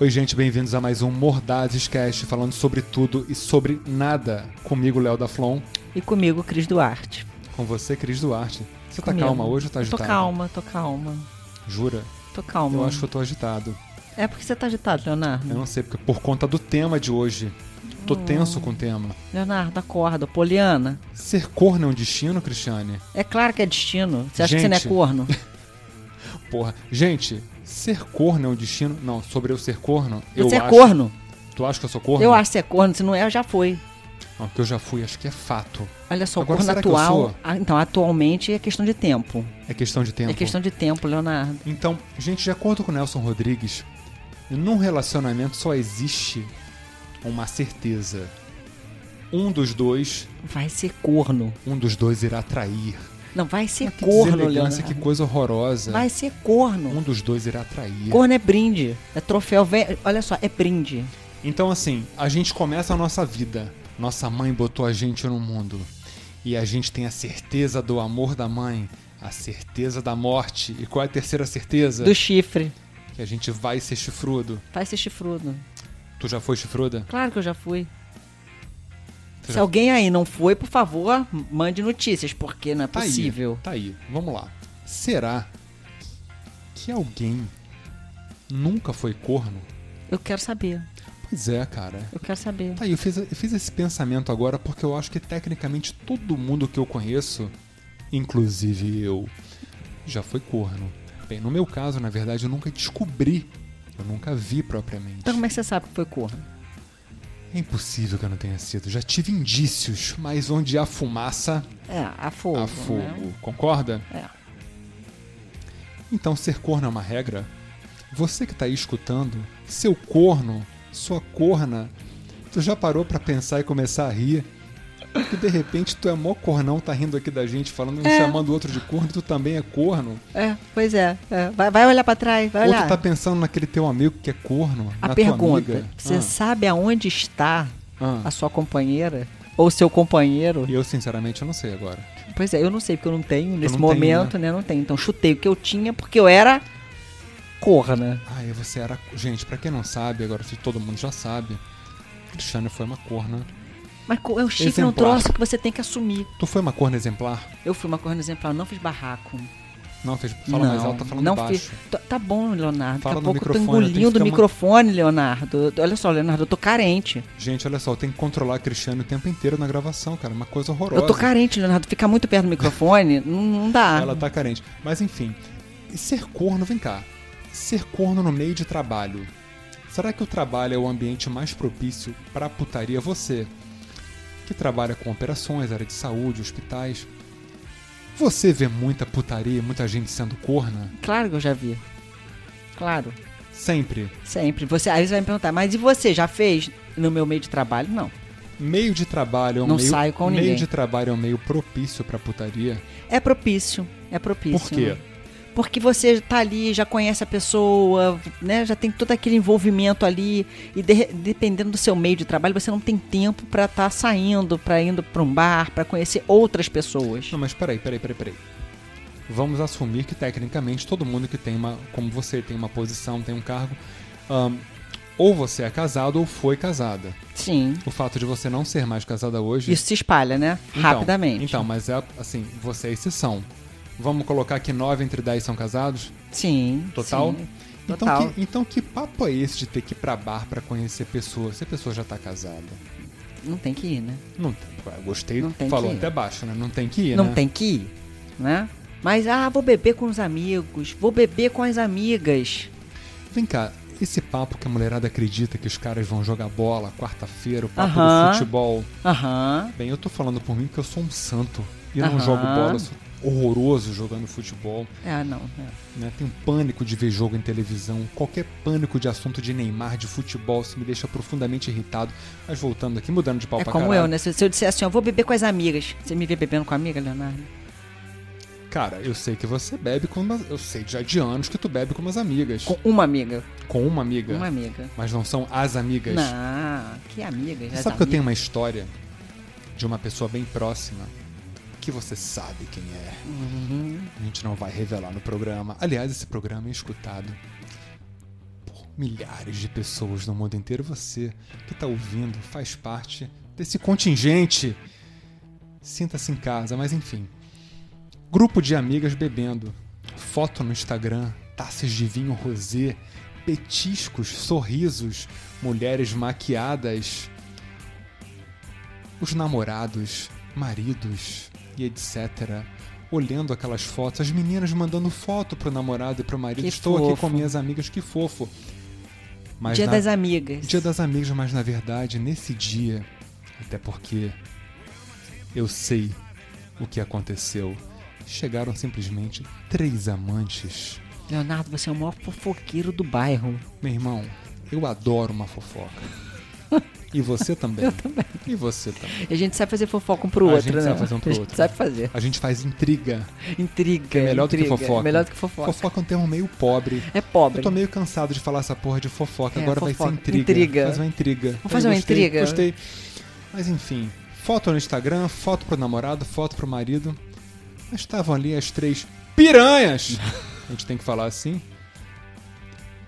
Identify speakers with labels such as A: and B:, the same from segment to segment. A: Oi, gente, bem-vindos a mais um Mordazes Cast, falando sobre tudo e sobre nada. Comigo, Léo da Flon.
B: E comigo, Cris Duarte.
A: Com você, Cris Duarte. Você tá
B: Comigo.
A: calma hoje ou tá
B: Tô
A: agitada?
B: calma, tô calma.
A: Jura?
B: Tô calma.
A: Eu acho que eu tô agitado.
B: É porque você tá agitado,
A: Eu
B: Leonardo.
A: não sei, porque por conta do tema de hoje.
B: Hum.
A: Tô tenso com o tema.
B: Leonardo, acorda. Poliana,
A: Ser corno é um destino, Cristiane?
B: é claro que é destino. Você acha que você
A: Gente.
B: não é corno?
A: Porra. Gente, ser corno é um destino? Não, sobre eu ser corno, eu
B: Você é
A: acho...
B: corno?
A: Tu acha que eu sou corno?
B: Eu acho que você é corno. Se não é, já foi.
A: Não, porque eu já fui, acho que é fato.
B: Olha só, o
A: Agora,
B: corno
A: será que eu
B: atual.
A: sou?
B: Ah, então, atualmente é questão de tempo.
A: É questão de tempo.
B: É questão de tempo, Leonardo.
A: Então, gente, de acordo com o Nelson Rodrigues, num relacionamento só existe uma certeza. Um dos dois,
B: Vai ser corno.
A: um dos dois irá trair.
B: Não, vai ser
A: Mas que
B: corno,
A: deselegância,
B: Leonardo.
A: que coisa horrorosa.
B: Vai ser corno.
A: Um dos dois irá trair.
B: Corno é brinde. É troféu. Vem- Olha só, é brinde.
A: Então, assim, a gente começa a nossa vida. Nossa mãe botou a gente no mundo. E a gente tem a certeza do amor da mãe, a certeza da morte. E qual é a terceira certeza?
B: Do chifre.
A: Que a gente vai ser chifrudo.
B: Vai ser chifrudo.
A: Tu já foi chifruda?
B: Claro que eu já fui.
A: Tu
B: Se
A: já
B: alguém aí não foi, por favor, mande notícias, porque não é
A: Tá
B: possível.
A: Aí, tá aí. Vamos lá. Será que alguém nunca foi corno?
B: Eu quero saber.
A: Pois é, cara.
B: Eu quero saber.
A: Tá aí, eu fiz, eu fiz esse pensamento agora porque eu acho que tecnicamente todo mundo que eu conheço, inclusive eu, já foi corno. Bem, no meu caso, na verdade, eu nunca descobri. Eu nunca vi propriamente.
B: Então como é que você sabe que foi corno?
A: É impossível que eu não tenha sido. Já tive indícios, mas onde há fumaça,
B: É, a fogo.
A: há fogo. Concorda?
B: Né?
A: Então, ser corno é uma regra? Você que tá aí escutando, seu corno, sua corna, tu já parou pra pensar e começar a rir? Que de repente tu é mó cornão, tá rindo aqui da gente, falando, um
B: É.
A: chamando o outro de corno, e tu também é corno.
B: É. É, pois é. é. Vai, vai olhar pra trás, vai
A: Outro
B: olhar.
A: tá pensando naquele teu amigo que é corno,
B: a
A: na tua
B: pergunta:
A: amiga.
B: você
A: Ah,
B: sabe aonde está
A: ah.
B: a sua companheira? Ou seu companheiro?
A: E eu, sinceramente, eu não sei agora.
B: Pois é, eu não sei, porque eu não tenho nesse
A: não tenho,
B: momento, né? Não tenho. Então chutei o que eu tinha, porque eu era corna.
A: Ah, e você era... Gente, pra quem não sabe, agora se todo mundo já sabe, Cristiane foi uma corna.
B: Mas co- é o chifre é um
A: Exemplar.
B: troço que você tem que assumir.
A: Tu foi uma corna exemplar?
B: Eu fui uma corna exemplar, eu não fiz barraco.
A: Não, fez... fala mais alto, tá falando
B: não
A: baixo.
B: fiz- Tá- Tá bom, Leonardo.
A: Fala
B: Daqui
A: no
B: a pouco eu tô
A: microfone, eu tenho que
B: engolindo o
A: ficar man-
B: microfone, Leonardo. Eu- Olha só, Leonardo, eu tô carente.
A: Gente, olha só, eu tenho que controlar a Cristiane o tempo inteiro na gravação, cara. Uma coisa horrorosa.
B: Eu tô carente, Leonardo. Ficar muito perto do microfone não, não dá.
A: Ela tá carente. Mas enfim, e ser corno, vem cá. Ser corno no meio de trabalho. Será que o trabalho é o ambiente mais propício pra putaria você? Que trabalha com operações, área de saúde, hospitais. Você vê muita putaria, e muita gente sendo corna?
B: Claro que eu já vi. Claro,
A: Sempre.
B: sempre. Você, aí você vai me perguntar, mas e você já fez no meu meio de trabalho? Não.
A: Meio de trabalho é um
B: Não
A: meio.
B: saio com
A: meio
B: ninguém.
A: de trabalho é um meio propício pra putaria.
B: É propício. É propício.
A: Por quê?
B: Porque você tá ali, já conhece a pessoa, né? Já tem todo aquele envolvimento ali. E de- dependendo do seu meio de trabalho, você não tem tempo pra estar saindo, pra indo pra um bar, pra conhecer outras pessoas.
A: Não, mas peraí, peraí, peraí, peraí. Vamos assumir que tecnicamente todo mundo que tem uma, como você, tem uma posição, tem um cargo, ahn, ou você é casado ou foi casada.
B: Sim.
A: O fato de você não ser mais casada hoje.
B: Isso se espalha, né?
A: Então,
B: Rapidamente.
A: Então, mas é assim, você é exceção. Vamos colocar que 9 entre 10 são casados?
B: Sim.
A: Total?
B: sim.
A: Então,
B: Total.
A: Que, então que papo é esse de ter que ir pra bar pra conhecer pessoas? Se a pessoa já tá casada.
B: Não tem que ir, né?
A: Não tem. Gostei.
B: Não tem
A: falou
B: que ir.
A: até baixo, né? Não tem que ir,
B: não
A: né?
B: tem que ir, né? Mas, ah, vou beber com os amigos, vou beber com as amigas.
A: Vem cá, esse papo que a mulherada acredita que os caras vão jogar bola quarta-feira, o papo
B: Aham.
A: do futebol.
B: Aham.
A: Bem, eu tô falando por mim porque eu sou um santo e eu não
B: Aham.
A: jogo bola, eu sou horroroso jogando futebol.
B: Ah, não. é.
A: Né? Tenho pânico de ver jogo em televisão, qualquer pânico de assunto de Neymar, de futebol, isso me deixa profundamente irritado. Mas voltando aqui, mudando de pau
B: É
A: pra
B: como
A: caralho.
B: eu, né? Se, se eu disser assim, ó, vou beber com as amigas. Você me vê bebendo com a amiga, Leonardo?
A: Cara, eu sei que você bebe com umas... Eu sei já de anos que tu bebe com umas amigas.
B: Com uma amiga.
A: Com uma amiga.
B: Uma amiga.
A: Mas não são as amigas.
B: Não, que amiga.
A: Você
B: as
A: sabe que eu tenho
B: amigas.
A: uma história de uma pessoa bem próxima que você sabe quem é. A gente não vai revelar no programa. Aliás, esse programa é escutado por milhares de pessoas no mundo inteiro. Você que está ouvindo faz parte desse contingente. Sinta-se em casa, mas enfim. Grupo de amigas bebendo, foto no Instagram, taças de vinho rosé, petiscos, sorrisos, mulheres maquiadas, os namorados, maridos e etc. Olhando aquelas fotos, as meninas mandando foto pro namorado e pro marido.
B: Que
A: Estou aqui com
B: fofo.
A: minhas amigas, que fofo. Mas
B: Dia
A: na-
B: das Amigas.
A: Dia das Amigas, mas na verdade, nesse dia, até porque eu sei o que aconteceu, chegaram simplesmente três amantes.
B: Leonardo, você é o maior fofoqueiro do bairro.
A: Meu irmão, eu adoro uma fofoca. E você também. eu também. E você também.
B: A gente sabe fazer fofoca um pro
A: A
B: outro,
A: gente
B: né?
A: sabe fazer um pro
B: A gente
A: outro.
B: sabe fazer.
A: A gente faz intriga.
B: Intriga.
A: É melhor do que
B: intriga.
A: fofoca.
B: Melhor do que fofoca.
A: Fofoca é um termo meio pobre.
B: É pobre.
A: Eu tô meio cansado de falar essa porra de fofoca,
B: É,
A: agora vai
B: fofoca.
A: ser intriga.
B: Intriga.
A: Faz uma intriga. Eu
B: fazer uma
A: gostei,
B: intriga?
A: Gostei. Mas enfim, foto no Instagram, foto pro namorado, foto pro marido. Mas estavam ali as três piranhas! A gente tem que falar assim.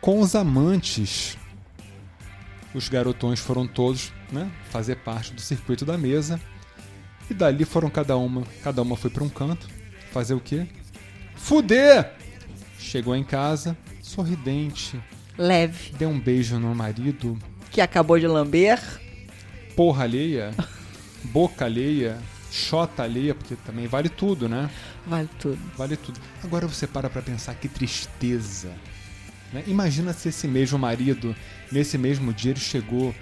A: Com os amantes. Os garotões foram todos, né, fazer parte do circuito da mesa. E dali foram cada uma, cada uma foi pra um canto. Fazer o quê? Fuder! Chegou em casa, sorridente,
B: Leve.
A: deu um beijo no marido,
B: Que acabou de lamber.
A: porra alheia, boca alheia, xota alheia, porque também vale tudo, né?
B: Vale tudo.
A: Vale tudo. Agora você para pra pensar que tristeza. né? Imagina se esse mesmo marido, nesse mesmo dia, ele chegou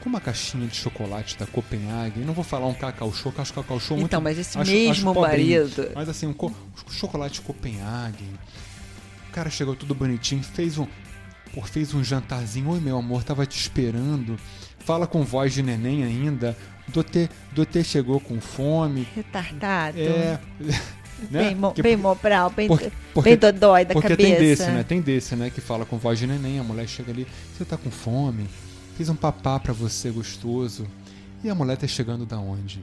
A: com uma caixinha de chocolate da Copenhague. Eu não vou falar um cacau show, que eu acho cacau show muito
B: Então, mas esse
A: acho-
B: mesmo
A: acho pobrinho.
B: marido-
A: Mas assim, um, co um chocolate Copenhague. O cara chegou tudo bonitinho, fez um. Pô, fez um jantarzinho. Oi, meu amor, tava te esperando. Fala com voz de neném ainda. Dotê, Dotê chegou com fome.
B: Retardado.
A: É. Né?
B: Bem, mo
A: Porque-
B: bem mobral, bem,
A: porque- porque-
B: bem dodói da
A: porque
B: cabeça.
A: tem desse, né? Tem desse, né? Que fala com voz de neném, a mulher chega ali, você tá com fome? Fiz um papá pra você gostoso. E a mulher tá chegando da onde?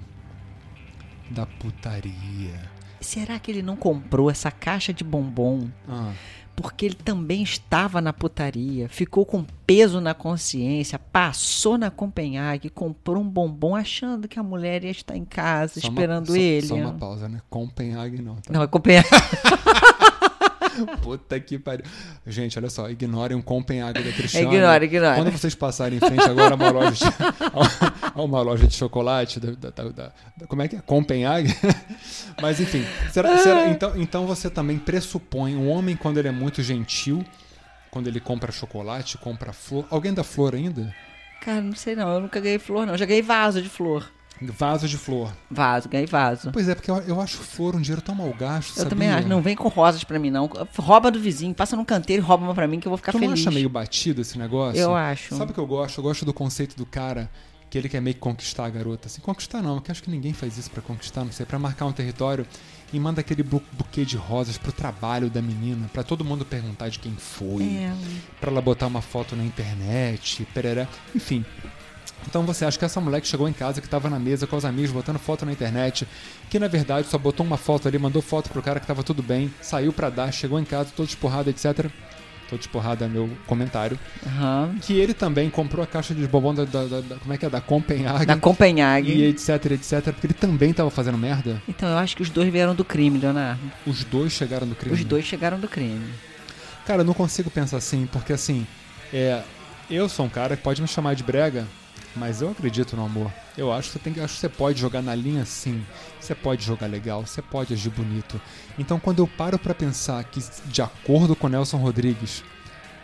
A: Da putaria.
B: Será que ele não comprou essa caixa de bombom
A: Ah,
B: porque ele também estava na putaria, ficou com peso na consciência, passou na Copenhague, comprou um bombom achando que a mulher ia estar em casa
A: só uma-
B: esperando
A: só-
B: ele.
A: Só uma pausa, né? Copenhague não. Tá?
B: Não, é Copenhague.
A: Puta que pariu. Gente, olha só, ignorem o Copenhague da Cristiana.
B: Ignora, ignora.
A: Quando vocês passarem em frente agora a uma loja de, a uma loja de chocolate, da, da- da- da- da- como é que é? Copenhague? Mas enfim, será- será-
B: Ah.
A: então, então você também pressupõe um homem quando ele é muito gentil, quando ele compra chocolate, compra flor. Alguém dá flor ainda?
B: Cara, não sei não, eu nunca ganhei flor não, já ganhei vaso de flor.
A: Vaso de flor.
B: Vaso, ganhei vaso.
A: Pois é, porque eu, eu acho flor um dinheiro tão mal gasto.
B: Eu também
A: sabia?
B: acho, não vem com rosas pra mim não. Rouba do vizinho, passa num canteiro e rouba uma pra mim que eu vou ficar
A: Tu não
B: feliz.
A: acha meio batido esse negócio?
B: Eu acho.
A: Sabe o que eu gosto? Eu gosto do conceito do cara que ele quer meio que conquistar a garota. Assim, conquistar não, porque acho que ninguém faz isso pra conquistar, não sei, pra marcar um território e manda aquele bu- buquê de rosas pro trabalho da menina, pra todo mundo perguntar de quem foi,
B: É,
A: pra ela botar uma foto na internet, pereré, enfim. Então você acha que essa mulher que chegou em casa, que tava na mesa com os amigos, botando foto na internet, que na verdade só botou uma foto ali, mandou foto pro cara que tava tudo bem, saiu pra dar, chegou em casa, todo esporrado, etc. Todo esporrado é meu comentário
B: aham.
A: que ele também comprou a caixa de bombom da, da- da- da- como é que é da Copenhague
B: Na Copenhague.
A: e etc etc porque ele também tava fazendo merda
B: Então eu acho que os dois vieram do crime, Leonardo.
A: os dois chegaram no crime
B: Os dois chegaram do crime.
A: cara eu não consigo pensar assim porque assim é eu sou um cara que pode me chamar de brega mas eu acredito no amor eu acho que você tem que acho que você pode jogar na linha sim você pode jogar legal você pode agir bonito então quando eu paro pra pensar que de acordo com Nelson Rodrigues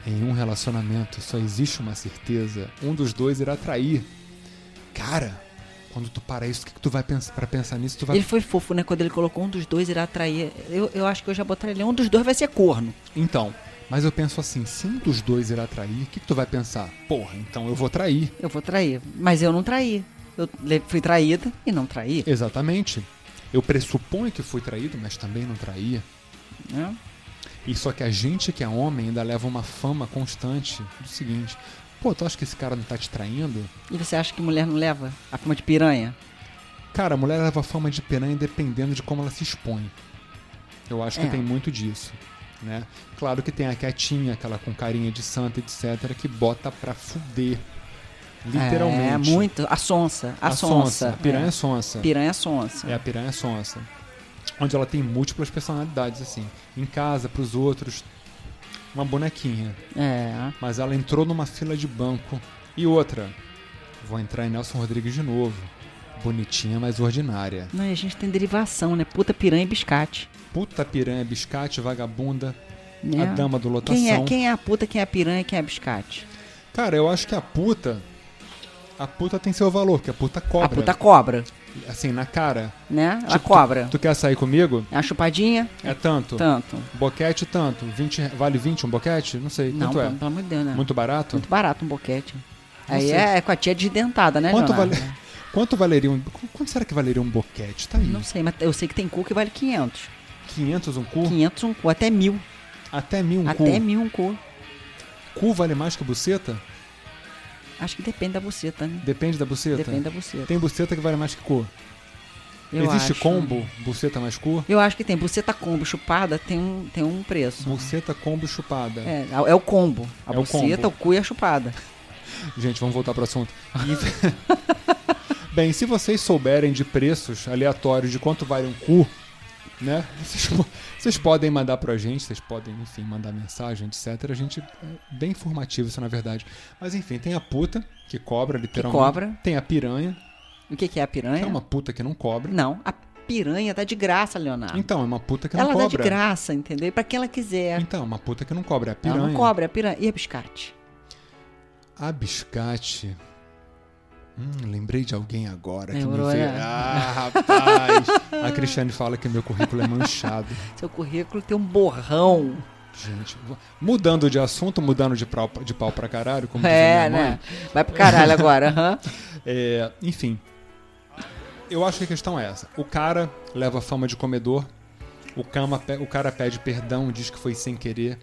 A: em um relacionamento só existe uma certeza um dos dois irá trair Cara, quando tu para isso, o que, que tu vai pensar para pensar nisso? Tu vai.
B: Ele foi fofo, né? Quando ele colocou um dos dois irá atrair. Eu, eu acho que eu já botaria ele. Um dos dois vai ser corno.
A: Então, mas eu penso assim, se um dos dois irá trair, o que, que tu vai pensar? Porra, então eu vou trair.
B: Eu vou trair. Mas eu não traí. Eu le- fui traída e não traí.
A: Exatamente. Eu pressuponho que fui traído, mas também não traía.
B: né?
A: E só que a gente que é homem ainda leva uma fama constante do seguinte: pô, tu acha que esse cara não tá te traindo?
B: E você acha que mulher não leva a fama de piranha?
A: Cara, a mulher leva fama de piranha dependendo de como ela se expõe. Eu acho que
B: É.
A: tem muito disso. Né? Claro que tem a quietinha, aquela com carinha de santa, etc., que bota pra fuder. Literalmente.
B: É, muito. A sonsa. A,
A: sonsa.
B: sonsa.
A: A piranha
B: é.
A: sonsa.
B: Piranha sonsa.
A: É a piranha sonsa. Onde ela tem múltiplas personalidades, assim. Em casa, pros outros, uma bonequinha.
B: É.
A: Mas ela entrou numa fila de banco. E outra. Vou entrar em Nelson Rodrigues de novo. Bonitinha, mas ordinária.
B: Não, e a gente tem derivação, né? Puta piranha e biscate.
A: Puta piranha, biscate, vagabunda,
B: né?
A: a dama tá do lotação.
B: Quem é, quem é a puta, quem é a piranha, quem é a biscate?
A: Cara, eu acho que a puta. A puta tem seu valor, que a puta cobra.
B: A puta cobra,
A: Assim, na cara.
B: né? Ela
A: Tipo,
B: cobra.
A: Tu quer sair comigo?
B: É a chupadinha?
A: É tanto.
B: Tanto.
A: Boquete, tanto. 20, re- vale 20 um boquete? Não sei.
B: Não,
A: quanto é?
B: pelo, pelo amor de Deus, né?
A: Muito barato?
B: Muito barato um boquete. Aí
A: sei.
B: é, é com a tia desdentada, né,
A: quanto, vale...
B: Leonardo?
A: quanto valeria um. qu- Quanto será que valeria um boquete? Tá aí.
B: Hum. Não sei, mas eu sei que tem cu que vale 500.
A: 500 um cu?
B: 500 um cu, até mil.
A: Até mil um
B: Até
A: cu.
B: mil um cu.
A: Cu vale mais que buceta?
B: Acho que depende da buceta, né?
A: Depende da buceta?
B: Depende da buceta.
A: Tem buceta que vale mais que cu.
B: Eu
A: Existe
B: acho.
A: combo, buceta mais cu?
B: Eu acho que tem. Buceta combo chupada tem um, tem um preço.
A: Buceta, combo e chupada.
B: É, é o combo. A
A: Hum. É o
B: buceta,
A: combo.
B: o, cu e a chupada.
A: Gente, vamos voltar pro assunto. E- Bem, se vocês souberem de preços aleatórios de quanto vale um cu, né? Vocês, po- vocês podem mandar pra gente, vocês podem, enfim, mandar mensagem, etc. A gente é bem informativo isso, na verdade. Mas enfim, tem a puta, que cobra, literalmente.
B: cobra.
A: Tem a piranha,
B: O que, que é a piranha?
A: que é uma puta que não cobra.
B: Não, a piranha dá de graça, Leonardo.
A: Então, é uma puta que não
B: Ah. ela
A: cobra.
B: dá de graça, entendeu? E Pra quem ela quiser.
A: Então, é uma puta que não cobra, é a
B: Ela
A: piranha.
B: não cobra, é a piranha. E a biscate?
A: A biscate. Hum, lembrei de alguém agora que
B: Lembrou,
A: me veio.
B: né?
A: Ah, rapaz! A Cristiane fala que meu currículo é manchado.
B: Seu currículo tem um borrão.
A: Gente, vo- mudando de assunto, mudando de pau, de pau pra caralho, como
B: É,
A: dizia minha mãe.
B: né? Vai pro caralho agora. aham.
A: É, enfim. Eu acho que a questão é essa. O cara leva a fama de comedor. O, cama pe- o cara pede perdão, diz que foi sem querer.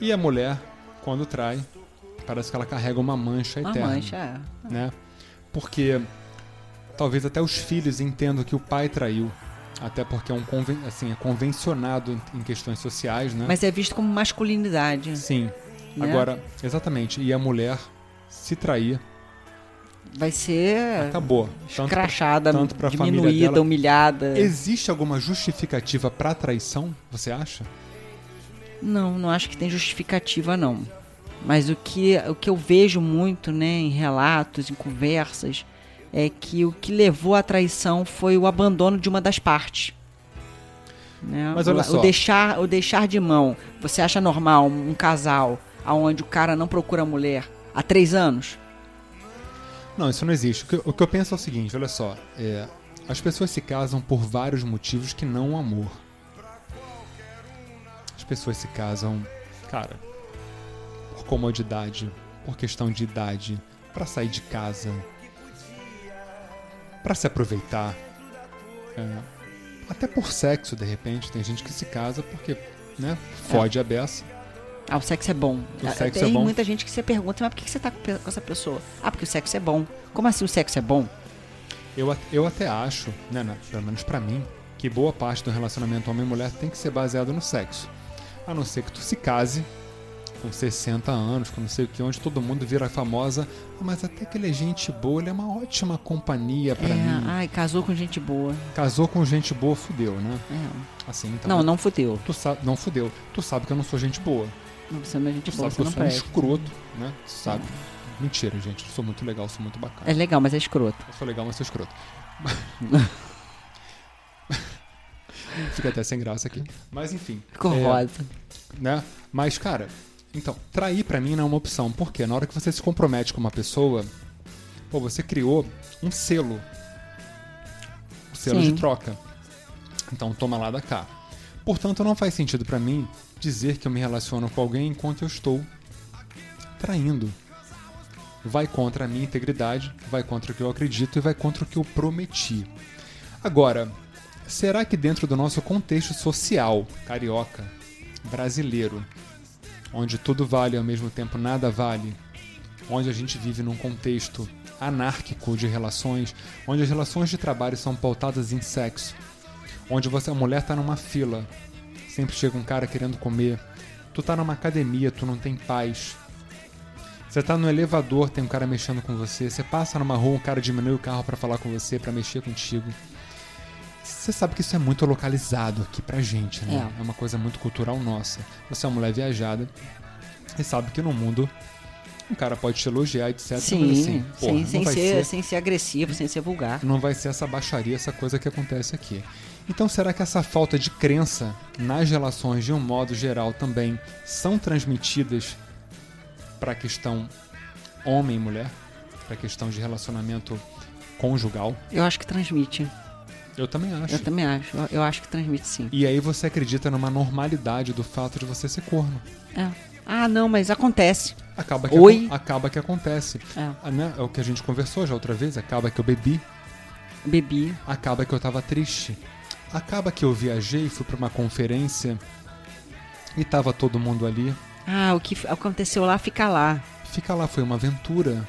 A: E a mulher, quando trai, parece que ela carrega uma mancha
B: Uma
A: eterna.
B: mancha, é.
A: né? Porque talvez até os filhos entendam que o pai traiu, até porque é um conven- assim, é convencionado em- em questões sociais, né?
B: Mas é visto como masculinidade.
A: Sim.
B: Né?
A: Agora, exatamente, e a mulher se trair,
B: Vai ser
A: acabou. Tanto pra-
B: escrachada,
A: tanto pra família
B: diminuída,
A: dela.
B: humilhada.
A: Existe alguma justificativa pra traição, você acha?
B: Não, não acho que tem justificativa, não. Mas o que, o que eu vejo muito, né, em relatos, em conversas, é que o que levou à traição foi o abandono de uma das partes. Né?
A: Mas olha
B: o,
A: só.
B: O deixar, o deixar de mão. Você acha normal um casal onde o cara não procura a mulher há três anos?
A: Não, isso não existe. O que, o que eu penso é o seguinte, olha só, é, as pessoas se casam por vários motivos que não o amor. As pessoas se casam, cara, por comodidade, por questão de idade, pra sair de casa, pra se aproveitar, é, até por sexo de repente. Tem gente que se casa porque, né, fode a beça.
B: Ah, o sexo é bom.
A: O
B: Ah,
A: sexo
B: Tem
A: é bom.
B: muita gente que você pergunta, mas por que que você tá com pe- com essa pessoa? Ah, porque o sexo é bom. Como assim o sexo é bom?
A: Eu, at- eu até acho, né, na- pelo menos pra mim, que boa parte do relacionamento homem e mulher tem que ser baseado no sexo. A não ser que tu se case com 60 anos, com não sei o que, onde todo mundo vira famosa, "Ah, mas até que ele é gente boa, ele é uma ótima companhia pra
B: É,
A: mim.
B: ai, casou com gente boa.
A: Casou com gente boa, fudeu, né?
B: É.
A: Assim, então.
B: Não, não fudeu.
A: Tu sabe, não fudeu. Tu sabe que eu não sou gente boa.
B: Não precisa da gente
A: Tu
B: boa,
A: sabe que
B: Tipo, você
A: eu
B: não
A: sou um
B: presta.
A: escroto, né? Tu sabe. Mentira, gente. Eu sou muito legal, sou muito bacana.
B: É legal, mas é escroto.
A: Eu sou legal, mas sou escroto. Fica até sem graça aqui. Mas enfim,
B: Ficou
A: É.
B: rosa.
A: né? Mas, cara, então, trair pra mim não é uma opção. Por quê? Na hora que você se compromete com uma pessoa, pô, você criou um selo. Um selo
B: Sim.
A: de troca. Então, toma lá da cá. Portanto, não faz sentido pra mim dizer que eu me relaciono com alguém enquanto eu estou traindo. Vai contra a minha integridade, vai contra o que eu acredito e vai contra o que eu prometi. Agora, será que dentro do nosso contexto social carioca, brasileiro, onde tudo vale e ao mesmo tempo nada vale, onde a gente vive num contexto anárquico de relações, onde as relações de trabalho são pautadas em sexo, onde você, a mulher está numa tá fila Sempre chega um cara querendo comer. Tu tá numa academia, tu não tem paz. Você tá no elevador, tem um cara mexendo com você. Você passa numa rua, um cara diminui o carro pra falar com você, pra mexer contigo. Você sabe que isso é muito localizado aqui pra gente, né? É, uma coisa muito cultural nossa. Você é uma mulher viajada e sabe que no mundo um cara pode te elogiar, etc.
B: Sim,
A: mas assim, porra,
B: sem, sem
A: não vai
B: ser, sem ser agressivo, sem ser vulgar.
A: não vai ser essa baixaria, essa coisa que acontece aqui. Então, será que essa falta de crença nas relações, de um modo geral, também são transmitidas para a questão homem e mulher? Para a questão de relacionamento conjugal?
B: Eu acho que transmite.
A: Eu também acho.
B: Eu também acho. Eu, eu acho que transmite sim.
A: E aí você acredita numa normalidade do fato de você ser corno.
B: É. Ah, não, mas acontece.
A: Acaba que,
B: Oi?
A: acon- acaba que acontece.
B: É.
A: Ah, né? É o que a gente conversou já outra vez. Acaba que eu bebi,
B: Bebi.
A: acaba que eu tava triste. Acaba que eu viajei, fui pra uma conferência e tava todo mundo ali.
B: Ah, o que f- aconteceu lá fica lá.
A: Fica lá, foi uma aventura.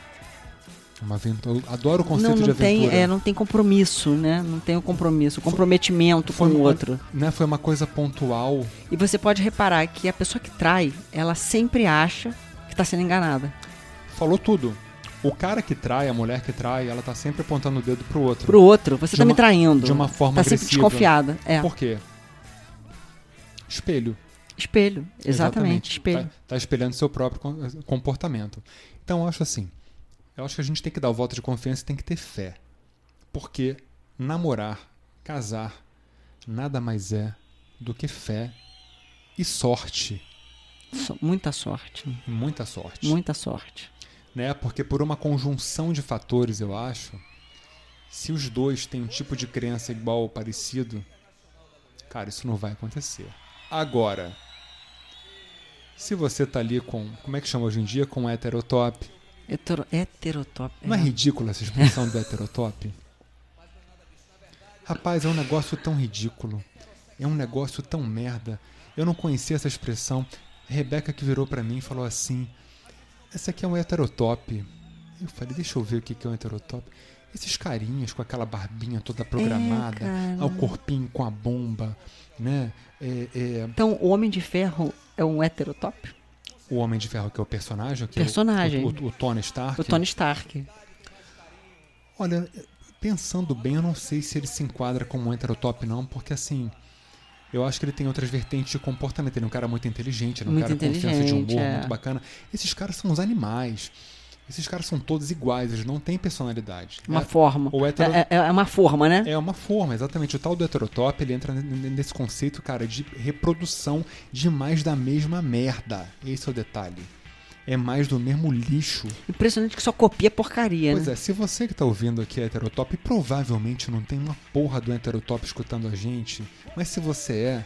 A: Uma aventura. Eu adoro o conceito
B: não, não
A: de
B: tem,
A: aventura.
B: é, não tem compromisso, né? Não tem o compromisso, o comprometimento
A: Foi
B: com o
A: uma-
B: outro.
A: né? Foi uma coisa pontual.
B: E você pode reparar que a pessoa que trai, ela sempre acha que tá sendo enganada.
A: Falou tudo. O cara que trai, a mulher que trai, ela tá sempre apontando o dedo pro outro.
B: Pro outro, você
A: De
B: tá me
A: uma-
B: traindo.
A: de uma forma
B: Tá sempre
A: agressiva.
B: desconfiada. É.
A: Por quê? Espelho.
B: Espelho. Exatamente, espelho.
A: Tá, tá espelhando seu próprio con- eh, comportamento. Então, eu acho assim. Eu acho que a gente tem que dar o voto de confiança e tem que ter fé. Porque namorar, casar, nada mais é do que fé e sorte.
B: So- Muita sorte.
A: E muita sorte.
B: Muita sorte.
A: né? Porque por uma conjunção de fatores, eu acho, se os dois têm um tipo de crença igual ou parecido, cara, isso não vai acontecer. Agora, se você tá ali com, como é que chama hoje em dia, com heterotop,
B: Hetero, heterotop.
A: não é ridícula essa expressão do heterotop? Rapaz, é um negócio tão ridículo. É um negócio tão merda. Eu não conhecia essa expressão. Rebeca que virou pra mim e falou assim: Essa aqui é um heterotop. Eu falei: Deixa eu ver o que que é um heterotop. Esses carinhas com aquela barbinha toda programada,
B: É, cara.
A: ao corpinho com a bomba, né? É, é,
B: Então, o Homem de Ferro é um heterotop?
A: o Homem de Ferro, que é o personagem, que é o-
B: Personagem.
A: o, o, o Tony Stark.
B: O Tony Stark.
A: Olha, pensando bem, eu não sei se ele se enquadra como um heterotop, não, porque assim. Eu acho que ele tem outras vertentes de comportamento. Ele é um cara muito inteligente, ele é um
B: Muito
A: cara com senso de humor,
B: inteligente, é.
A: muito bacana. Esses caras são os animais. Esses caras são todos iguais, eles não têm personalidade.
B: Uma
A: É-
B: forma.
A: o hetero-
B: é, é- é uma forma, né?
A: é uma forma, exatamente. O tal do heterotop, ele entra n- n- nesse conceito, cara, de reprodução de mais da mesma merda. Esse é o detalhe. É mais do mesmo lixo.
B: Impressionante que só copia porcaria,
A: Pois
B: né?
A: é, se você que tá ouvindo aqui é heterotop, e provavelmente não tem uma porra do heterotop escutando a gente, mas se você é,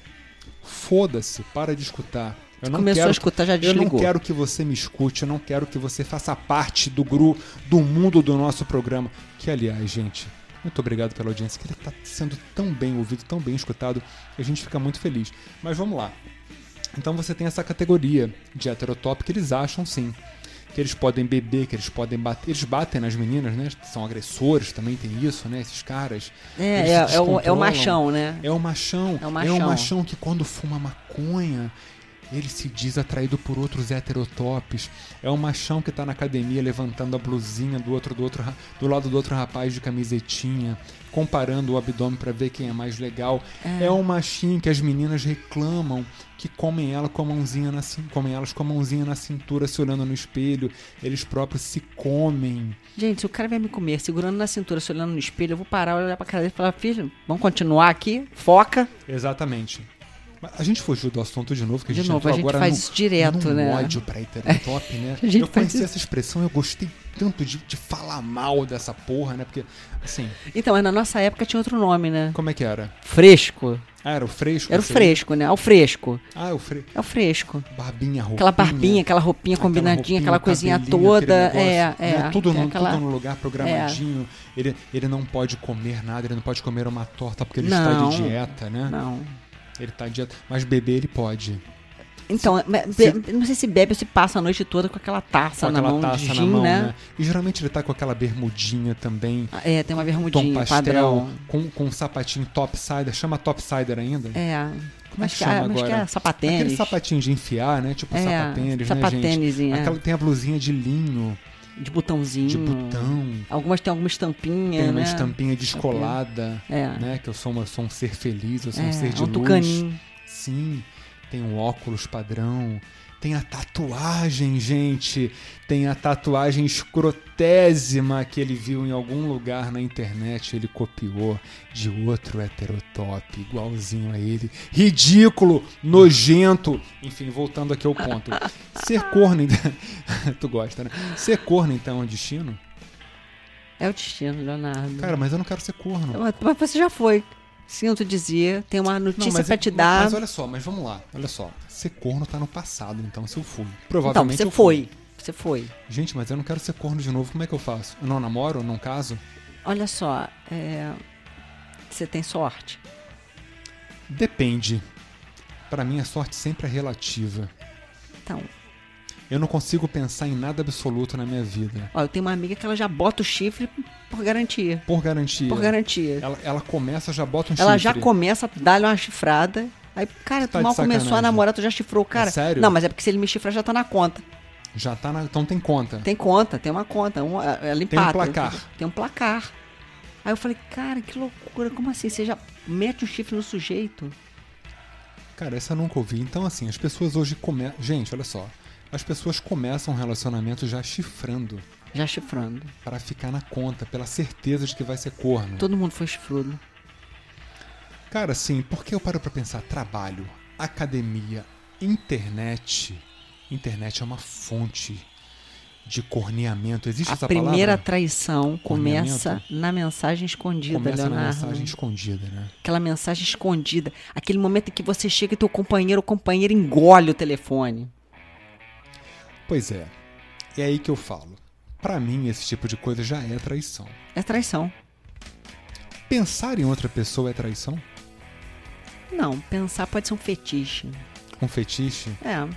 A: foda-se, para de escutar. Eu não
B: Começou
A: quero,
B: a escutar, já
A: eu não
B: desligou.
A: quero que você me escute, eu não quero que você faça parte do gru, do mundo do nosso programa. Que, aliás, gente, muito obrigado pela audiência, que ele tá sendo tão bem ouvido, tão bem escutado, e a gente fica muito feliz. Mas vamos lá. Então você tem essa categoria de heterotop que eles acham sim. Que eles podem beber, que eles podem bater. Eles batem nas meninas, né? São agressores, também tem isso, né? Esses caras.
B: É,
A: Eles
B: é,
A: se
B: é o, é o
A: descontrolam.
B: machão, né?
A: É o machão.
B: É o machão.
A: que quando fuma maconha, ele se diz atraído por outros heterotopes. É o machão que tá na academia levantando a blusinha do outro do outro ra- do lado do outro rapaz de camisetinha, comparando o abdômen pra ver quem é mais legal. É, o machinho que as meninas reclamam que comem ela com a mãozinha na cin- comem elas com a mãozinha na cintura se olhando no espelho, eles próprios se comem.
B: Gente, se o cara vier me comer segurando na cintura, se olhando no espelho, eu vou parar, olhar pra cara dele e falar, filho, vamos continuar aqui? Foca.
A: Exatamente. Mas A gente fugiu do assunto de novo, que a
B: De
A: gente
B: novo,
A: entrou
B: a gente
A: agora
B: faz
A: num-
B: isso direto,
A: num
B: né?
A: ódio pra heterotop, né?
B: A gente
A: eu
B: faz
A: conheci
B: isso.
A: essa expressão, eu gostei tanto de, de falar mal dessa porra, né? Porque, assim,
B: Então, mas na nossa época tinha outro nome, né?
A: como é que era?
B: Fresco.
A: Ah, era o fresco?
B: Era o
A: você-
B: fresco, né? Ao fresco.
A: Ah, o fresco.
B: É o fresco.
A: Barbinha, roupinha.
B: Aquela barbinha,
A: aquela
B: aquela roupinha
A: roupinha,
B: combinadinha, aquela coisinha
A: cabelinho,
B: toda.
A: aquele
B: É,
A: negócio,
B: é.
A: né? Tudo,
B: Tem
A: no,
B: aquela- É.
A: tudo no lugar programadinho. Ele, ele não pode comer nada, ele não pode comer uma torta porque ele está
B: Não.
A: de dieta, né?
B: Não.
A: Ele está de dieta. Mas beber ele pode.
B: Então,
A: se-
B: be- não sei se bebe ou se passa a noite toda com aquela taça
A: Com
B: na
A: aquela
B: mão de
A: taça
B: gin,
A: Tá na mão,
B: né?
A: né? E geralmente ele tá com aquela bermudinha também.
B: É, tem uma
A: tom
B: bermudinha,
A: pastel,
B: padrão.
A: com, com um sapatinho topsider, chama topsider ainda?
B: É.
A: Como é que
B: acho que,
A: chama
B: ah, acho que
A: agora?
B: é sapatênis.
A: Aquele sapatinho de enfiar, né? Tipo
B: É,
A: sapatênis, né,
B: sapatênisinho,
A: gente?
B: é.
A: Aquela tem a blusinha de linho,
B: De botãozinho.
A: de botão.
B: Algumas têm alguma estampinha,
A: Tem uma
B: né?
A: estampinha descolada,
B: É.
A: né? Que eu sou, uma, sou um ser feliz, eu sou
B: é,
A: um ser de
B: um
A: luz.
B: tucaninho.
A: Sim, tem um óculos padrão, tem a tatuagem, gente. Tem a tatuagem escrotésima que ele viu em algum lugar na internet, ele copiou de outro heterotop, igualzinho a ele. Ridículo, nojento. Enfim, voltando aqui ao ponto. Ser corno, então- tu gosta, né? Ser corno então é um destino?
B: É o destino, Leonardo.
A: Cara, mas eu não quero ser corno.
B: Mas- Mas você já foi. Sinto dizer, tem uma
A: Não,
B: notícia
A: mas- é
B: pra te dar.
A: Mas olha só, mas vamos lá, olha só. Ser corno tá no passado, então se eu fui.
B: então,
A: Provavelmente
B: você
A: eu fui.
B: foi. Você foi.
A: Gente, mas eu não quero ser corno de novo, como é que eu faço? Eu não namoro, eu não caso?
B: Olha só, é, você tem sorte.
A: Depende. Pra mim a sorte sempre é relativa.
B: Então,
A: Eu não consigo pensar em nada absoluto na minha vida.
B: ó, eu tenho uma amiga que ela já bota o chifre por garantia.
A: Por garantia.
B: Por garantia.
A: Ela, ela começa, já bota um
B: Ela já
A: chifre.
B: começa a dar-lhe uma chifrada. Aí, cara,
A: Tá
B: tu
A: de
B: mal começou a
A: sacanagem.
B: namorar, tu já chifrou o cara.
A: É sério?
B: Não, mas é porque se ele me chifrar, já tá na conta.
A: Já tá na... Então tem conta.
B: Tem conta, tem uma conta. Um, é- ela
A: Tem um
B: empata.
A: placar.
B: Tem um placar. Aí eu falei, cara, que loucura, como assim? Você já mete o chifre no sujeito?
A: Cara, essa eu nunca ouvi. Então, assim, as pessoas hoje começam... Gente, olha só. As pessoas começam um relacionamento já chifrando
B: Já chifrando.
A: pra ficar na conta, pela certeza de que vai ser corno.
B: Todo mundo foi chifrudo.
A: Cara, assim, porque eu paro pra pensar trabalho, academia, internet. Internet é uma fonte de corneamento. Existe
B: a
A: essa
B: primeira
A: palavra?
B: traição começa
A: Corneamento?
B: na mensagem escondida,
A: Começa
B: Leonardo.
A: na mensagem escondida, né?
B: Aquela mensagem escondida. Aquele momento em que você chega e teu companheiro ou companheira engole o telefone.
A: Pois é. É aí que eu falo. Pra mim, esse tipo de coisa já é traição.
B: É traição.
A: Pensar em outra pessoa é traição?
B: Não, pensar pode ser um fetiche.
A: Um fetiche?
B: É.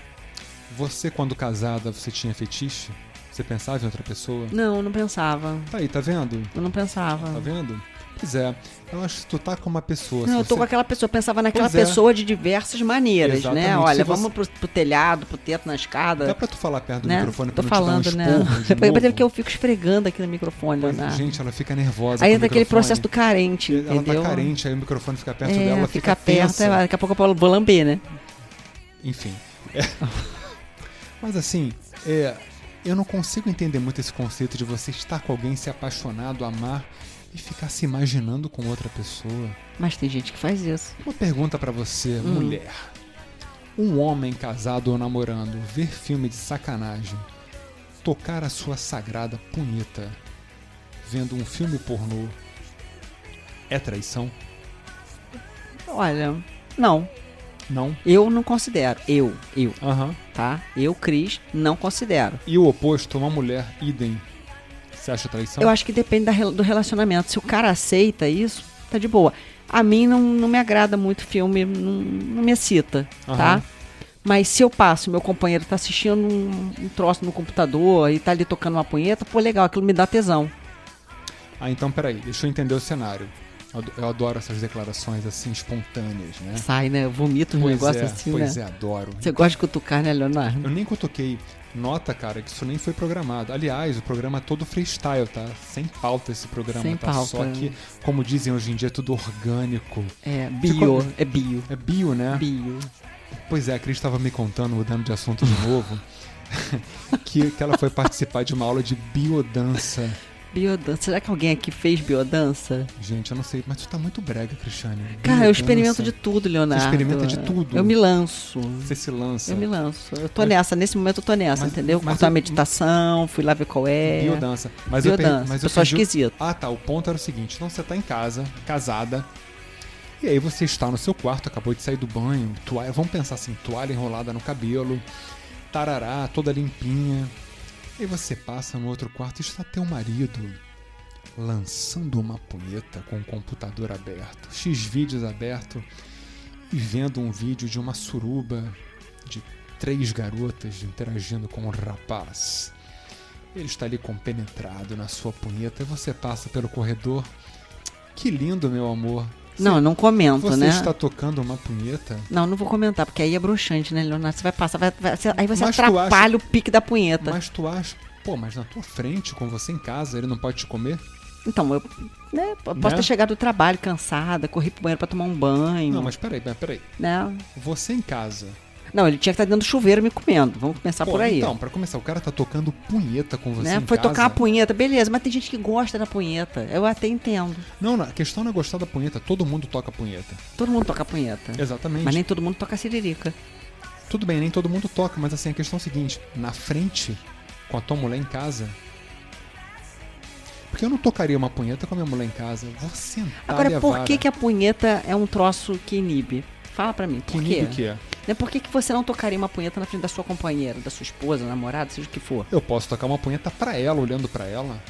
A: Você, quando casada, você tinha fetiche? Você pensava em outra pessoa?
B: Não, não pensava.
A: Tá aí, tá vendo?
B: Eu não pensava.
A: Tá vendo? Pois é. Eu acho que se tu tá com uma pessoa... se
B: Não, eu tô
A: você
B: com aquela pessoa, eu pensava naquela
A: Pois é.
B: pessoa de diversas maneiras, né?
A: Exatamente. Se
B: Olha,
A: você-
B: vamos pro, pro telhado, pro teto, na
A: Dá
B: escada.
A: pra tu falar perto do
B: né?
A: microfone pra
B: Tô
A: não
B: falando,
A: te dar um
B: né?
A: esporro de
B: Foi
A: novo?
B: porque eu fico esfregando aqui no microfone,
A: Pois,
B: Leonardo.
A: Gente, ela fica nervosa
B: Aí
A: com
B: entra
A: o
B: aquele
A: microfone.
B: processo do carente,
A: Ela
B: entendeu?
A: tá carente, aí o microfone fica perto
B: é,
A: dela, ela
B: fica,
A: fica,
B: perto,
A: tensa.
B: é, daqui a pouco eu vou lamber, né?
A: Enfim. É. Mas assim, é, eu não consigo entender muito esse conceito de você estar com alguém, se apaixonado, amar e ficar se imaginando com outra pessoa.
B: Mas tem gente que faz isso.
A: Uma pergunta pra você,
B: Hum.
A: mulher. Um homem casado ou namorando ver filme de sacanagem, tocar a sua sagrada punheta, vendo um filme pornô, é traição?
B: Olha, não,
A: Não.
B: eu não considero. Eu, eu,
A: Aham.
B: tá? Eu, Cris, não considero.
A: E o oposto, uma mulher, idem. Você acha traição?
B: Eu acho que depende da rel- do relacionamento. Se o cara aceita isso, tá de boa. A mim não, não me agrada muito filme, não, não me excita, tá?
A: Aham.
B: Mas se eu passo, meu companheiro tá assistindo um, um troço no computador e tá ali tocando uma punheta, pô, legal, aquilo me dá tesão.
A: Ah, então peraí, deixa eu entender o cenário. Eu ado- Eu adoro essas declarações assim espontâneas, né?
B: Sai, né? Eu vomito um
A: Pois
B: negócio
A: é,
B: assim,
A: pois
B: né?
A: é, adoro.
B: Você gosta de cutucar, né, Leonardo?
A: Eu nem cutuquei. Nota, cara, que isso nem foi programado. Aliás, o programa é todo freestyle, tá? Sem pauta esse programa,
B: Sem
A: tá?
B: pauta.
A: Só que, como dizem hoje em dia, é tudo orgânico.
B: É, bio,
A: Ficou-
B: é bio.
A: É bio, né?
B: Bio.
A: Pois é, a Cris estava me contando, mudando de assunto de novo, que, que ela foi participar de uma aula de biodança.
B: Biodança. Será que alguém aqui fez biodança?
A: Gente, eu não sei, mas tu tá muito brega, Cristiane.
B: Cara, eu
A: Biodança.
B: experimento de tudo, Leonardo.
A: experimenta de tudo?
B: Eu me lanço.
A: Você se lança.
B: Eu me lanço. Eu tô
A: Mas-
B: nessa, nesse momento eu tô nessa,
A: mas-
B: entendeu?
A: mas
B: Cortar
A: eu-
B: a meditação, fui lá ver qual é.
A: Biodança. Mas eu per-
B: Biodança.
A: mas eu
B: Pessoal
A: perdi o-
B: esquisito.
A: Ah, tá. O ponto era o seguinte: então você tá em casa, casada, e aí você está no seu quarto, acabou de sair do banho, toalha, vamos pensar assim, toalha enrolada no cabelo, tarará, toda limpinha. E você passa no outro quarto e está teu marido lançando uma punheta com o computador aberto, X vídeos aberto e vendo um vídeo de uma suruba de três garotas interagindo com um rapaz. Ele está ali compenetrado na sua punheta e você passa pelo corredor. Que lindo, meu amor.
B: Não, eu não comento,
A: Você
B: né?
A: está tocando uma punheta?
B: Não, não vou comentar, porque aí é broxante, né, Leonardo? Você vai passar, vai- vai- você- aí você
A: Mas tu
B: atrapalha o pique da punheta.
A: Mas tu acha. Pô, mas na tua frente, com você em casa, ele não pode te comer?
B: Então, eu né, eu posso
A: Né?
B: ter chegado do trabalho cansada, corri pro banheiro pra tomar um banho,
A: Não, mas peraí, mas peraí.
B: né?
A: Você em casa.
B: Não, ele tinha que estar dentro do chuveiro me comendo, vamos começar
A: Pô,
B: Tá por aí.
A: Então, pra começar, o cara tá tocando punheta com você
B: né?
A: em
B: Foi
A: casa.
B: tocar a punheta, beleza, mas tem gente que gosta da punheta, eu até entendo.
A: Não, não, a questão não é gostar da punheta. Todo mundo toca punheta.
B: Todo mundo toca punheta,
A: Exatamente.
B: mas nem todo mundo toca siririca.
A: Tudo bem, nem todo mundo toca, mas assim, a questão é a seguinte: na frente, com a tua mulher em casa. Porque eu não tocaria uma punheta com a minha mulher em casa. Eu Vou sentar
B: Tá Agora,
A: minha
B: por
A: vara.
B: que, que a punheta é um troço que inibe? Fala pra mim, por
A: Que
B: quê?
A: nível que é?
B: Né, Por que, que você não tocaria uma punheta na frente da sua companheira, da sua esposa, namorada, seja o que for?
A: Eu posso tocar uma punheta pra ela, olhando pra ela.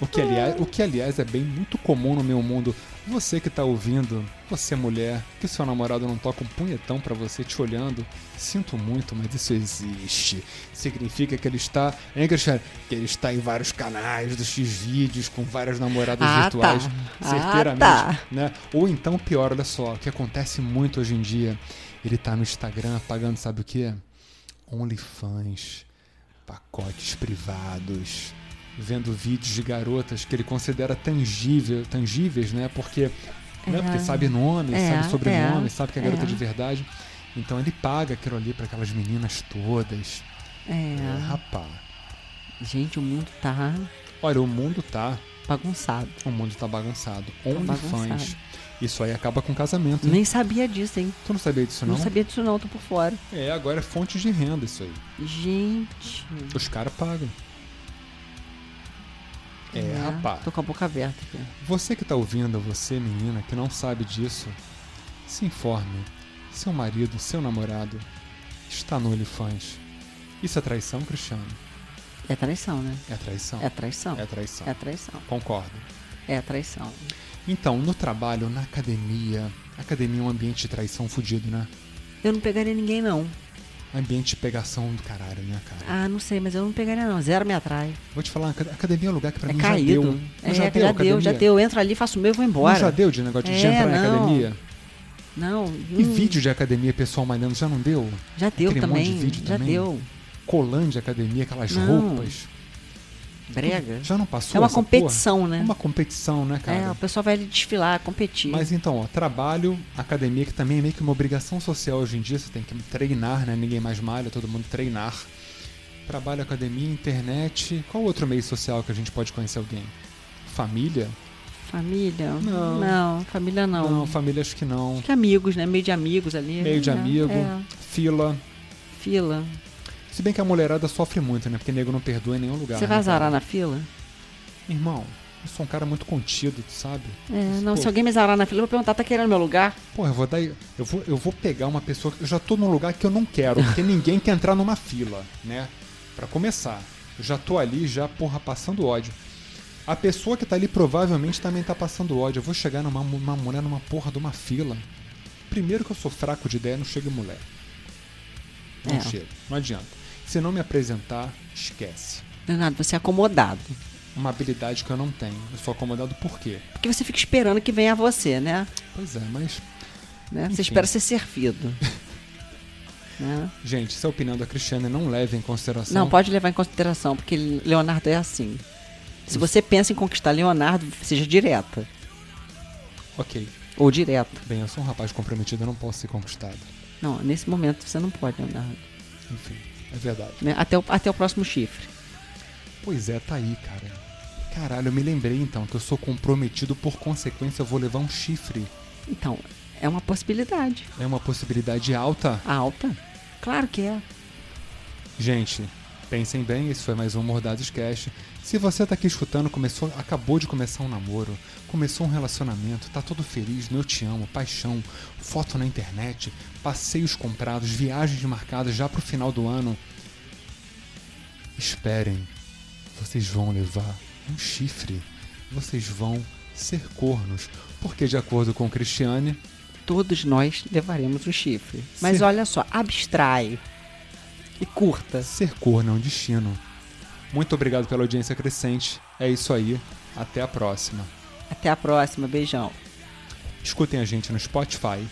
A: O que, aliás, o que, aliás, é bem muito comum no meu mundo. Você que tá ouvindo, você mulher, que seu namorado não toca um punhetão pra você te olhando, sinto muito, mas isso existe. Significa que ele está, hein, Cristiano? Que ele está em vários canais dos X-Vídeos, com várias namoradas
B: Ah,
A: virtuais.
B: tá. Ah,
A: Certeiramente,
B: tá.
A: né? Ou então, pior, olha só, o que acontece muito hoje em dia. Ele tá no Instagram pagando, sabe o quê? OnlyFans, pacotes privados, vendo vídeos de garotas que ele considera tangível, tangíveis, né? Porque, né? Porque sabe nome,
B: É,
A: sabe sobrenome,
B: é,
A: sabe que é garota
B: é.
A: de verdade. Então ele paga aquilo ali pra aquelas meninas todas.
B: É,
A: É, rapaz.
B: gente, o mundo tá
A: Olha, o mundo tá.
B: bagunçado.
A: O mundo tá bagunçado.
B: bagunçado.
A: OnlyFans. Isso aí acaba com casamento. hein?
B: Nem sabia disso, hein?
A: Tu não sabia disso,
B: Não,
A: não?
B: sabia disso não, tô por fora.
A: É, agora é fonte de renda isso aí.
B: Gente.
A: Os caras pagam. É, rapaz.
B: né? Tô com a boca aberta aqui.
A: Você que tá ouvindo, você menina que não sabe disso, se informe. Seu marido, seu namorado está no OnlyFans. Isso é traição, Cristiano?
B: É traição, né?
A: É traição.
B: É traição.
A: É traição.
B: É traição.
A: Concordo.
B: É traição.
A: Então, no trabalho, na academia. Academia é um ambiente de traição fudido, né?
B: Eu não pegaria ninguém, não.
A: Ambiente de pegação do caralho, né, cara?
B: Ah, não sei, mas eu não pegaria, não. Zero me atrai.
A: Vou te falar, acad- academia é um lugar que pra
B: Ah. é
A: mim já
B: caído.
A: deu. Não,
B: É, já deu, já deu,
A: academia?
B: Entra ali, faço o meu e vou
A: Não
B: embora.
A: já deu de negócio de
B: É,
A: entrar na
B: não.
A: academia?
B: Não.
A: E
B: hum,
A: vídeo de academia, pessoal malhando, já não deu?
B: Já deu
A: Aquele monte
B: também.
A: de vídeo
B: já
A: também.
B: deu.
A: Colando de academia, aquelas
B: Não.
A: roupas.
B: Brega.
A: Já não passou
B: É uma
A: essa porra?
B: competição, né?
A: É Uma competição, né,
B: É,
A: cara?
B: o pessoal vai ali desfilar, competir.
A: Mas então, ó, trabalho, academia, que também é meio que uma obrigação social hoje em dia, você tem que treinar, né? Ninguém mais malha, todo mundo treinar. Trabalho, academia, internet. Qual outro meio social que a gente pode conhecer alguém? Família?
B: Família?
A: Não.
B: Não, família não.
A: Não, família acho que não.
B: Acho que amigos, né? Meio de amigos ali.
A: Meio de
B: É,
A: amigo,
B: é.
A: fila.
B: Fila.
A: Se bem que a mulherada sofre muito, né? Porque nego não perdoa em nenhum lugar.
B: Você
A: né,
B: vai
A: cara?
B: zarar na fila? né?
A: Irmão, eu sou um cara muito contido, tu sabe?
B: É, não,
A: Pô.
B: se alguém me zarar na fila, eu vou perguntar, tá querendo meu lugar?
A: Porra, eu vou dar. Eu vou, eu vou pegar uma pessoa. que Eu já tô num lugar que eu não quero, porque ninguém quer entrar numa fila, né? Pra começar. Eu já tô ali, já, porra, passando ódio. A pessoa que tá ali provavelmente também tá passando ódio. Eu vou chegar numa mu- uma mulher numa porra de uma fila. Primeiro que eu sou fraco de ideia, não chega em mulher. Não
B: É.
A: chega, não adianta. Se não me apresentar, esquece.
B: Leonardo, você é acomodado.
A: Uma habilidade que eu não tenho. Eu sou acomodado por quê?
B: Porque você fica esperando que venha você, né?
A: Pois é, mas
B: Né? Você
A: Enfim.
B: espera ser servido. Né?
A: Gente, essa é a opinião da Cristiane, não leve em consideração.
B: Não, pode levar em consideração, porque Leonardo é assim. Se você pensa em conquistar Leonardo, seja direta.
A: Ok.
B: Ou direto.
A: Bem, eu sou um rapaz comprometido, eu não posso ser conquistado.
B: Não, nesse momento você não pode, Leonardo.
A: Enfim, é verdade.
B: né? Até o, até o próximo chifre.
A: Pois é, tá aí, cara. Caralho, eu me lembrei então que eu sou comprometido, por consequência eu vou levar um chifre.
B: Então, é uma possibilidade.
A: É uma possibilidade alta.
B: Alta? Claro que é.
A: Gente, pensem bem, esse foi mais um Mordados Cast. Se você tá aqui escutando, começou, acabou de começar um namoro, começou um relacionamento, tá todo feliz, no eu te amo, paixão, foto na internet, passeios comprados, viagens marcadas já pro final do ano. Esperem, vocês vão levar um chifre, vocês vão ser cornos, porque de acordo com Cristiane,
B: Todos nós levaremos o chifre. Mas
A: Sim.
B: olha só, abstrai e curta.
A: Ser corno é um destino. Muito obrigado pela audiência crescente. É isso aí. Até a próxima.
B: Até a próxima, beijão.
A: Escutem a gente no Spotify.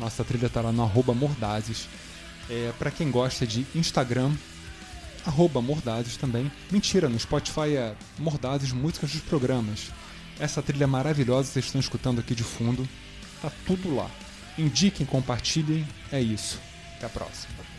A: Nossa trilha tá lá no arroba Mordazes. É, para quem gosta de Instagram, arroba Mordazes também. Mentira, no Spotify é Mordazes Músicas dos Programas. Essa trilha é maravilhosa que vocês estão escutando aqui de fundo, tá tudo lá. Indiquem, compartilhem, é isso. Até a próxima.